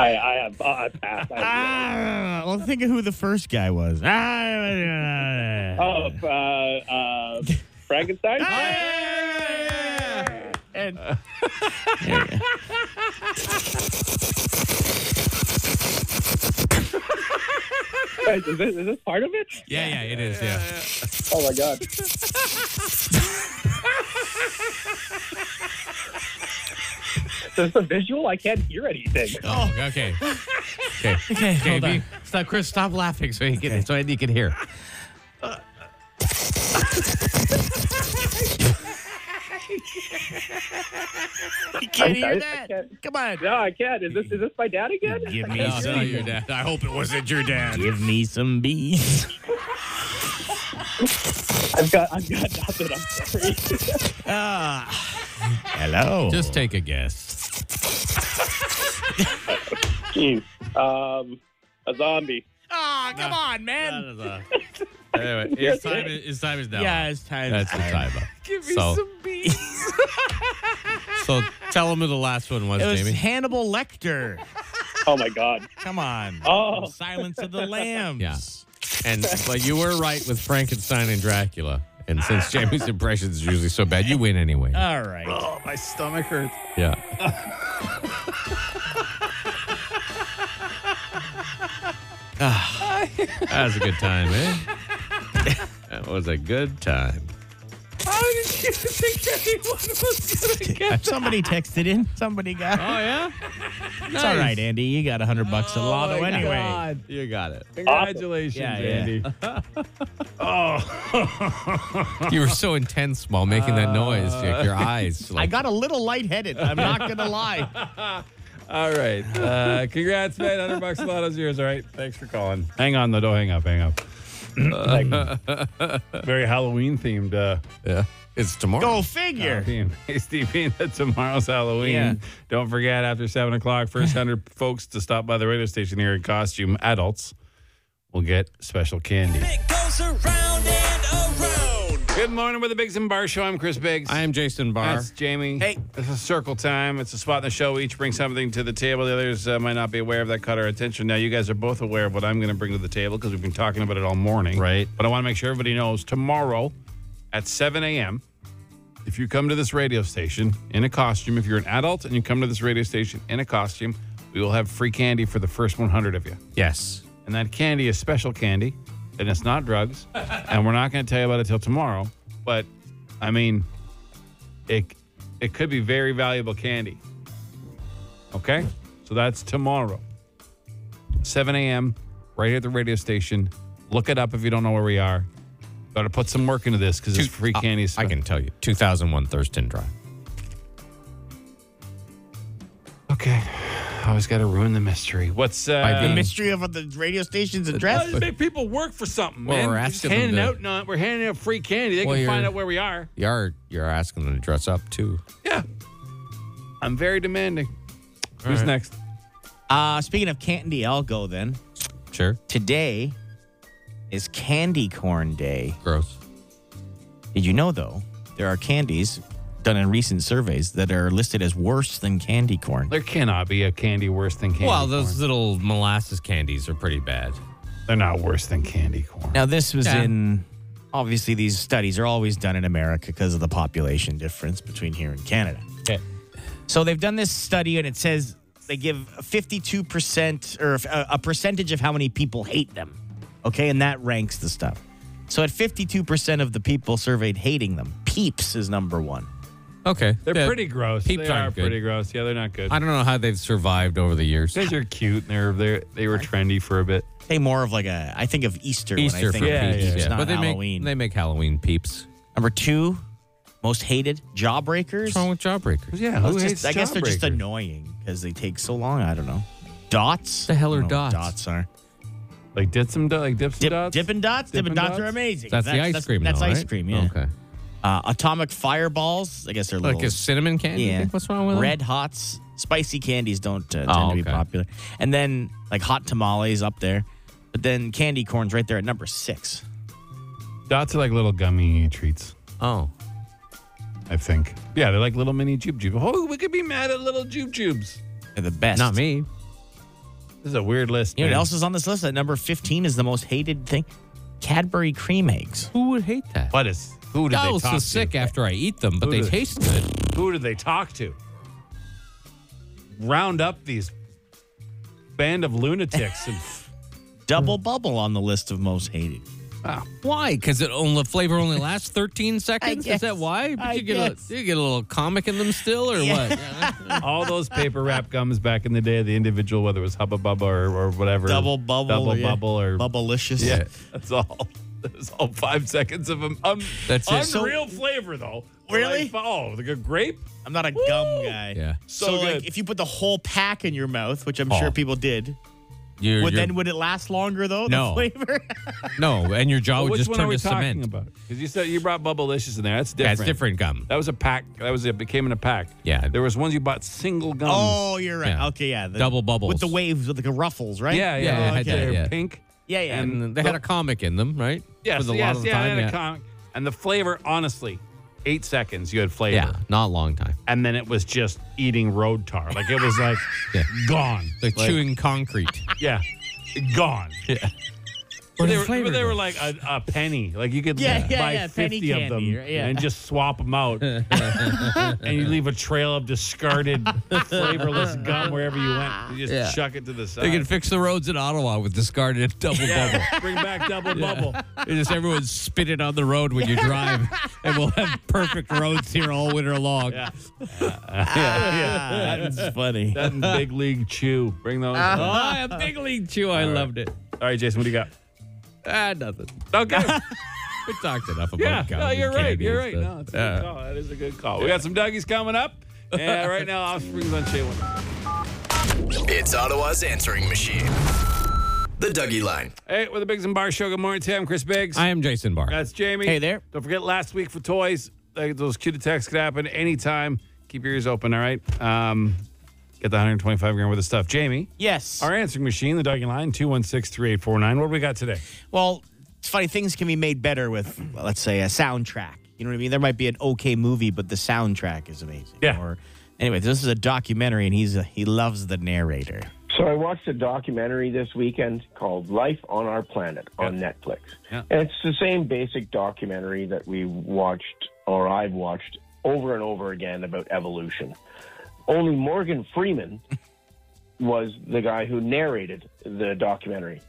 I, I have uh, I passed.
Ah, well, think of who the first guy was.
Oh.
Ah.
oh, uh, uh, Frankenstein.
And
Wait, is, this, is this part of it?
Yeah, yeah, it is. Yeah.
Oh my god. There's the visual. I can't hear anything.
Oh, okay. Okay. okay
hold on.
Stop, Chris. Stop laughing so he can so Andy can hear.
you can't
I- I
hear that?
can't-
Come on.
No, I can't. Is this is this my dad again?
Give me
No,
some.
not your dad. I hope it wasn't your dad.
Give me some bees.
I've got I've got nothing. I'm sorry.
Ah. Hello.
Just take a guess.
Jeez. Um, a zombie.
Oh, come on, man.
Anyway, his uh, time is, his time is now.
Yeah, it's time.
That's the time up. Give me so, some bees. so tell him who the last one was,
It was
Jamie.
Hannibal Lecter.
Oh my god.
Come on.
Oh.
Silence of the Lambs.
Yeah. And but you were right with Frankenstein and Dracula. And since Jamie's impressions is usually so bad, you win anyway.
All right.
Oh, my stomach hurts.
Yeah. Ah, that was a good time, eh? That was a good time.
How did you think anyone was gonna get?
Somebody texted in. Somebody got.
Oh yeah. Oh,
It's all right, Andy. You got a hundred bucks at Lotto
my
anyway.
God. You got it.
Congratulations,
Yeah, yeah.
Andy.
You were so intense while making that noise. Like your eyes.
Uh, I
Like,
got a little lightheaded. I'm not gonna lie.
All right. Uh, congrats, man. 100 bucks, a lot of yours. All right. Thanks for calling. Hang on, though. Don't hang up. Hang up. Very Halloween themed. Uh,
yeah. It's tomorrow.
Go figure.
theme. Stevie, that tomorrow's Halloween.
Yeah.
Don't forget, after 7 o'clock, first 100 folks to stop by the radio station here in costume, adults, will get special candy.
It goes around and around.
Good morning with the Biggs and Bar Show. I'm Chris Biggs.
I am Jason Barr.
That's Jamie. Hey. This is circle time. It's a spot in the show. We each bring something to the table. The others uh, might not be aware of that caught our attention. Now, you guys are both aware of what I'm going to bring to the table because we've been talking about it all morning.
Right.
But I want to make sure everybody knows tomorrow at 7 a.m., if you come to this radio station in a costume, if you're an adult and you come to this radio station in a costume, we will have free candy for the first 100 of you.
Yes.
And that candy is special candy, and it's not drugs. and we're not going to tell you about it till tomorrow. But I mean, it it could be very valuable candy. Okay, so that's tomorrow, 7 a.m. right here at the radio station. Look it up if you don't know where we are. Got to put some work into this because it's
Two-
free
I-
candy. is
I can tell you. 2001 Thurston Drive.
Okay, I always got to ruin the mystery. What's uh,
By
The
being-
mystery of the radio station's
Well,
address.
they make people work for something,
Well,
man.
we're
We're
asking them
handing
to-
out, no, we're handing out free candy. They
Well,
can
you're-
find out where we are.
You're you're asking them to dress up too.
Yeah. I'm very demanding. Who's next?
Uh, speaking of candy, I'll go then.
Sure.
Today is Candy Corn Day.
Gross.
Did you know, though, there are candies done in recent surveys that are listed as worse than candy corn?
There cannot be a candy worse than candy.
well, those little molasses candies are pretty bad.
They're not worse than candy corn.
Now, this was
Yeah.
in obviously these studies are always done in America because of the population difference between here and Canada. So they've done this study and it says they give 52% or uh, a, a percentage of how many people hate them. Okay, and that ranks the stuff. So at 52% of the people surveyed hating them, Peeps is number one.
Okay.
They're
Yeah.
pretty gross.
Peeps
they are
aren't good.
pretty gross. Yeah, they're not good.
I don't know how they've survived over the years.
These are cute. and They're they they were trendy for a bit.
Say more of like a, I think of Easter, when I
Easter
think
for
of
Peeps,
Peeps,
yeah.
not
But they make-
Halloween.
They make Halloween peeps.
Number two, most hated, Jawbreakers.
What's wrong with jawbreakers?
Yeah,
Well,
who
it's
hates
just- I guess they're just
jawbreakers?
annoying because they take so long. I don't know. Dots?
The hell
I
are
don't know what
dots?
Dots are.
Like did some do- like dips and dots.
Dippin' Dots? Dippin'
Dippin'
Dots, are
Dots?
amazing.
That's the ice cream
That's
though,
ice
right?
cream, yeah.
Okay.
Uh, atomic Fireballs. I guess they're
Like
little,
a cinnamon candy?
Yeah.
What's wrong with them?
Red Hots. Spicy candies don't uh, tend
Oh,
to be
okay.
popular. And then like hot tamales up there. But then candy corn's right there at number six.
Dots are like little gummy treats.
Oh.
I think. Yeah, they're like little mini jube jubes. Oh, we could be mad at little jube jubes.
They're the best.
Not me.
This is a weird list.
You know
man.
what else is on this list? At number 15 is the most hated thing Cadbury cream eggs.
Who would hate that?
What is? Who did
I
they
was
talk
so
to?
sick after I eat them, but
Who
they
did-
taste good.
Who did they talk to? Round up these band of lunatics and
Mm.
Double bubble on the list of most hated.
Why? Because it only the flavor only lasts 13 seconds.
guess.
Is that why? But
I
you get
guess.
a you get a little comic in them still, or what?
all those paper wrap gums back in the day, the individual, whether it was Hubba Bubba or, or whatever.
Double bubble.
Double
yeah.
bubble or.
Bubblicious.
Yeah, that's all. That's all five seconds of um, un-
That's it. So-
unreal flavor, though.
Really?
Like, oh, the good grape?
I'm not a gum guy.
Yeah.
So,
So
like,
good.
if you put the whole pack in your mouth, which I'm sure
Oh.
people did,
You're-
would
you're-
then would it last longer though? the
No.
flavor.
no, and your jaw
Well,
would
which
Oh, just
one are
turn
we
to
talking
cement.
about? Because you said you brought Bubblicious in there. That's
Yeah,
different.
it's different gum.
That was a pack. That was it. Became in a pack.
Yeah.
There was ones you bought single gums.
oh, you're right.
Yeah.
Okay, yeah. the-
Double bubbles.
with the waves with the ruffles, right?
Yeah, yeah.
Yeah,
yeah,
I had
okay.
that,
They're
yeah.
pink.
yeah, yeah.
And they had a comic in them, right?
Yes,
For the
yes,
lot of the
yeah,
time.
and
Yeah.
a comic. And the flavor, honestly, eight seconds you had flavor.
yeah, not a long time.
And then it was just eating road tar. Like it was like
Yeah.
gone.
They're chewing concrete.
Yeah. Gone.
yeah.
But
Where'd
they,
the
were,
flavor
but they
go?
were like a, a penny. Like you could
Yeah, yeah,
buy
yeah, penny
50 of them
candy, right? Yeah.
and just swap them out. and you leave a trail of discarded, flavorless gum wherever you went. You just
Yeah.
chuck it to the side.
They can fix the roads in Ottawa with discarded double bubble.
Bring back double bubble.
It just everyone spit it on the road when you drive, and we'll have perfect roads here all winter long.
Yeah. yeah, yeah.
That's funny.
That and Big League Chew. Bring those.
Oh, I a big league chew. I loved it.
All right, Jason, what do you got?
Ah, nothing.
Okay.
We talked enough about
yeah.
gum
No,
and
you're right.
candy
You're
and
right. No, it's
stuff.
a good call. That is a good call. We got some Dougies coming up. Yeah, right now, Offspring's on Shay
It's Ottawa's answering machine. The Dougie Line.
Hey, we're the Biggs and Bar Show. Good morning, Tim. Chris Biggs.
I am Jason Barr.
That's Jamie.
Hey there.
Don't forget last week for toys. like, Those cute attacks could happen anytime. Keep your ears open, all right? Um, get the 125 grand worth of stuff. Jamie,
yes.
our answering machine, the Dougie line, 216 3849. What do we got today?
Well, it's funny. Things can be made better with, well, let's say, a soundtrack. You know what I mean? There might be an okay movie, but the soundtrack is amazing.
Yeah.
Or anyway, this is a documentary, and he's he loves the narrator.
So I watched a documentary this weekend called Life on Our Planet on Netflix.
Yeah.
And it's the same basic documentary that we watched or I've watched over and over again about evolution. Only Morgan Freeman was the guy who narrated the documentary.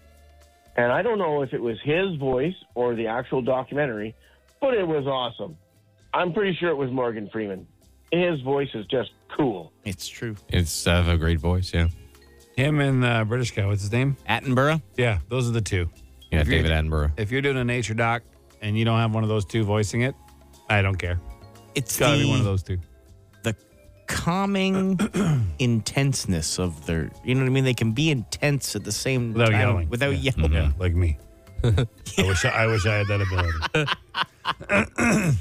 And I don't know if it was his voice or the actual documentary, but it was awesome. I'm pretty sure it was Morgan Freeman. His voice is just cool.
It's true.
It's uh, a great voice. Yeah.
Him and uh, British guy, what's his name?
Attenborough.
Yeah, those are the two.
Yeah.
If you're-
David Attenborough.
If you're doing a nature doc and you don't have one of those two voicing it, I don't care.
It's
It's got to
the-
be one of those two.
the calming intenseness of their you know what I mean? They can be intense at the same
Without
time
yelling. Mm-hmm.
without
Yeah.
yelling.
Yeah, like me. I wish I, I wish I had that ability.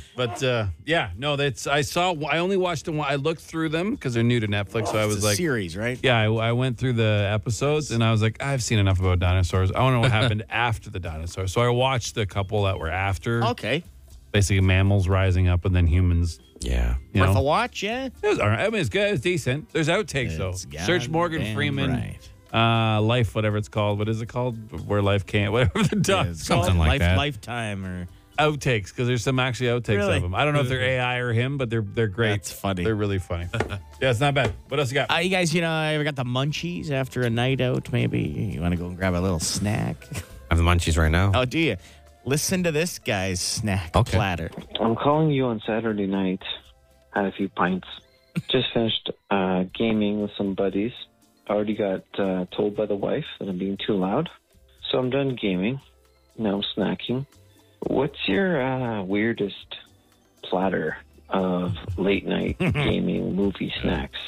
but uh, yeah, no, that's I saw. I only watched them. I looked through them because they're new to Netflix. so I
Oh, It's
was
a
like
series, right?
Yeah, I, I went through the episodes and I was like, I've seen enough about dinosaurs. I want to know what happened after the dinosaurs. So I watched the couple that were after.
Okay.
Basically, mammals rising up and then humans.
Yeah.
You
Worth
know?
a watch, yeah.
It was all right. I mean, it's good. It's decent. There's outtakes though.
It's
Search Morgan
goddamn
Freeman.
right.
Uh, life, whatever it's called. What is it called? Where life can't. Whatever the dog's called.
Life- Lifetime or
outtakes because there's some actually outtakes
Really?
of them. I don't know if they're AI or him, but they're they're great. It's
funny.
They're really funny. yeah, it's not bad. What else you got?
Uh, you guys, you know, I ever got the munchies after a night out? Maybe you want to go and grab a little snack.
I have the munchies right now.
Oh, do you? Listen to this guy's snack platter.
I'm calling you on Saturday night. Had a few pints. Just finished uh, gaming with some buddies. Already got uh, told by the wife that I'm being too loud. So I'm done gaming. Now I'm snacking. What's your uh, weirdest platter of late night gaming movie snacks?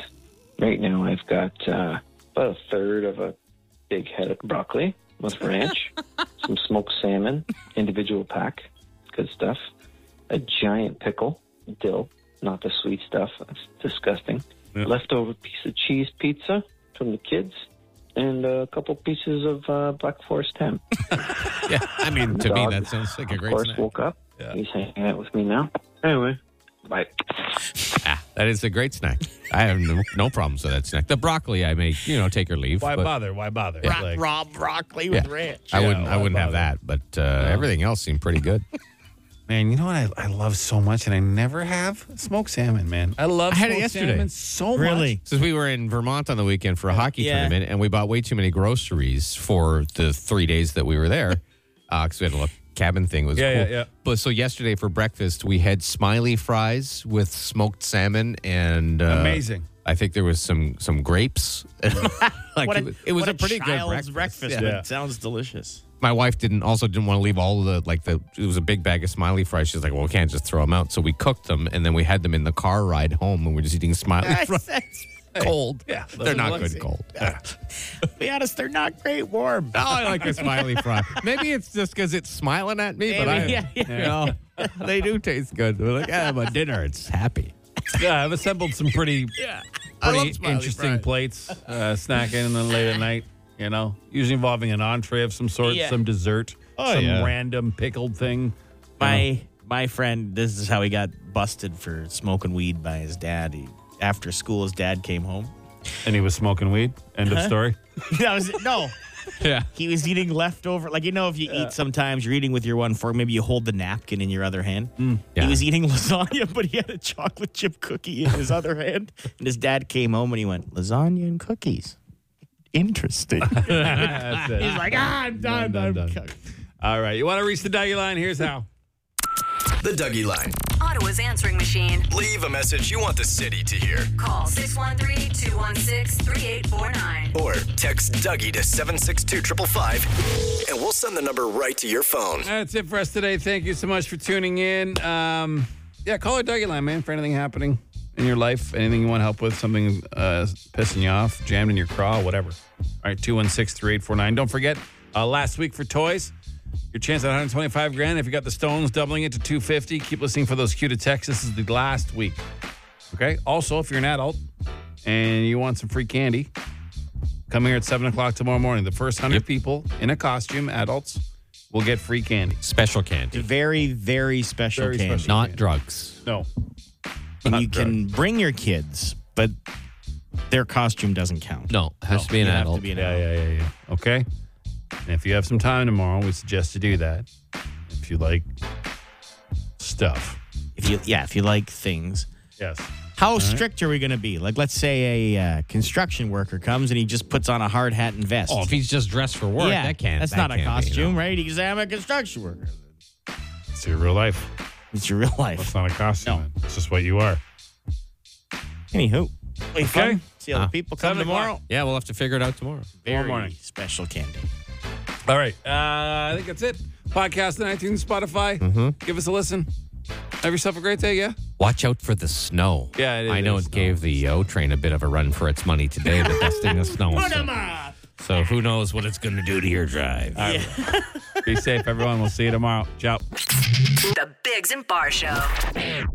Right now I've got uh, about a third of a big head of broccoli with ranch, some smoked salmon, individual pack. Good stuff a giant pickle, dill, not the sweet stuff. That's disgusting. Leftover piece of cheese pizza from the kids, and a couple pieces of uh, Black Forest ham.
yeah, I mean,
to me, that sounds like a great. Of course, woke up. He's hanging out with me now. Anyway, bye.
Ah, that is a great snack. I have no, no problems with that snack. The broccoli, I may, you know, take or leave.
Why
but-
bother? Why bother?
Yeah.
Like-
Raw broccoli
Yeah.
with ranch.
I wouldn't. I wouldn't have that. But uh, everything else seemed pretty good.
Man, you know what I, I love so much and I never have? Smoked salmon, man. I love
I had it
smoked
yesterday.
salmon so much.
Since we were in Vermont on the weekend for a hockey
Yeah.
tournament, and we bought way too many groceries for the three days that we were there, because we had a little cabin thing. It was
Yeah,
cool.
yeah, yeah.
But so yesterday for breakfast, we had smiley fries with smoked salmon and uh,
Amazing.
I think there was some some grapes. like it was, it was a, pretty good breakfast. Yeah.
It sounds delicious.
My wife didn't also didn't want to leave all the like the it was a big bag of smiley fries. She's like, well, we can't just throw them out. So we cooked them and then we had them in the car ride home, and we're just eating smiley fries. cold.
Yeah,
They're not good cold.
Be honest, they're not great warm.
Oh, I like a smiley fry. Maybe it's just because it's smiling at me, but I,
Maybe, yeah, yeah.
you know, they do taste good. They're like, ah, my dinner, it's happy.
Yeah, I've assembled some pretty,
I love
pretty
smiley
interesting
fries.
plates, uh, snacking and then late at night, you know, usually involving an entree of some sort,
Yeah.
some dessert,
Oh,
some
yeah.
random pickled thing.
My my friend, this is how he got busted for smoking weed by his dad. He, after school, his dad came home.
And he was smoking weed. End of
Huh?
story.
that was no.
Yeah.
He was eating leftover. Like, you know, if you eat sometimes, you're eating with your one fork. Maybe you hold the napkin in your other hand.
Mm. Yeah.
He was eating lasagna, but he had a chocolate chip cookie in his other hand. And his dad came home and he went, Lasagna and cookies. Interesting.
That's it.
He's like, ah, I'm done. I'm cooked."
All right. You want to reach the Dougie line? Here's how.
The Dougie line.
Ottawa's answering machine.
Leave a message you want the city to hear.
Call 613 216 3849.
Or text Dougie to 762-555, and we'll send the number right to your phone.
That's it for us today. Thank you so much for tuning in. Um, yeah, call our Dougie line, man, for anything happening in your life, anything you want help with, something uh, pissing you off, jammed in your craw, whatever. All right, 216 3849. Don't forget, uh, last week for toys, your chance at 125 grand. If you got the stones, doubling it to 250. Keep listening for those cue to text. This is the last week. Okay. Also, if you're an adult and you want some free candy, come here at 7 o'clock tomorrow morning. The first 100 people in a costume, adults, will get free candy.
Special candy.
Very, very special
Very
candy.
special
Not drugs.
No.
and you can bring your kids, but their costume doesn't count.
No, has to be an
you have
adult.
to be an
Yeah, yeah, yeah, yeah. Okay. And if you have some time tomorrow, we suggest you do that. If you like stuff.
If you yeah, if you like things.
Yes.
How strict are we going to be? Like, let's say a uh, construction worker comes and he just puts on a hard hat and vest.
Oh, if he's just dressed for work,
yeah,
that can't.
That's
that
not a
can't be,
costume,
you know.
right? Because I'm a construction worker.
It's your real life.
It's your real life.
It's not a costume. It's just what you are.
Anywho, okay.
Okay.
See how the
Ah.
people come
Seven
tomorrow.
o'clock.
Yeah, we'll have to figure it out tomorrow.
Very
morning.
special candy.
All right. Uh, I think that's it. Podcast on iTunes, Spotify. Give us a listen. Have yourself a great day. Yeah.
Watch out for the snow.
Yeah, it is.
I know
There's
it gave the O train a bit of a run for its money today, the dusting of snow. so- So who knows what it's going to do to your drive?
Be safe, everyone. We'll see you tomorrow. Ciao.
The Biggs and Bar Show.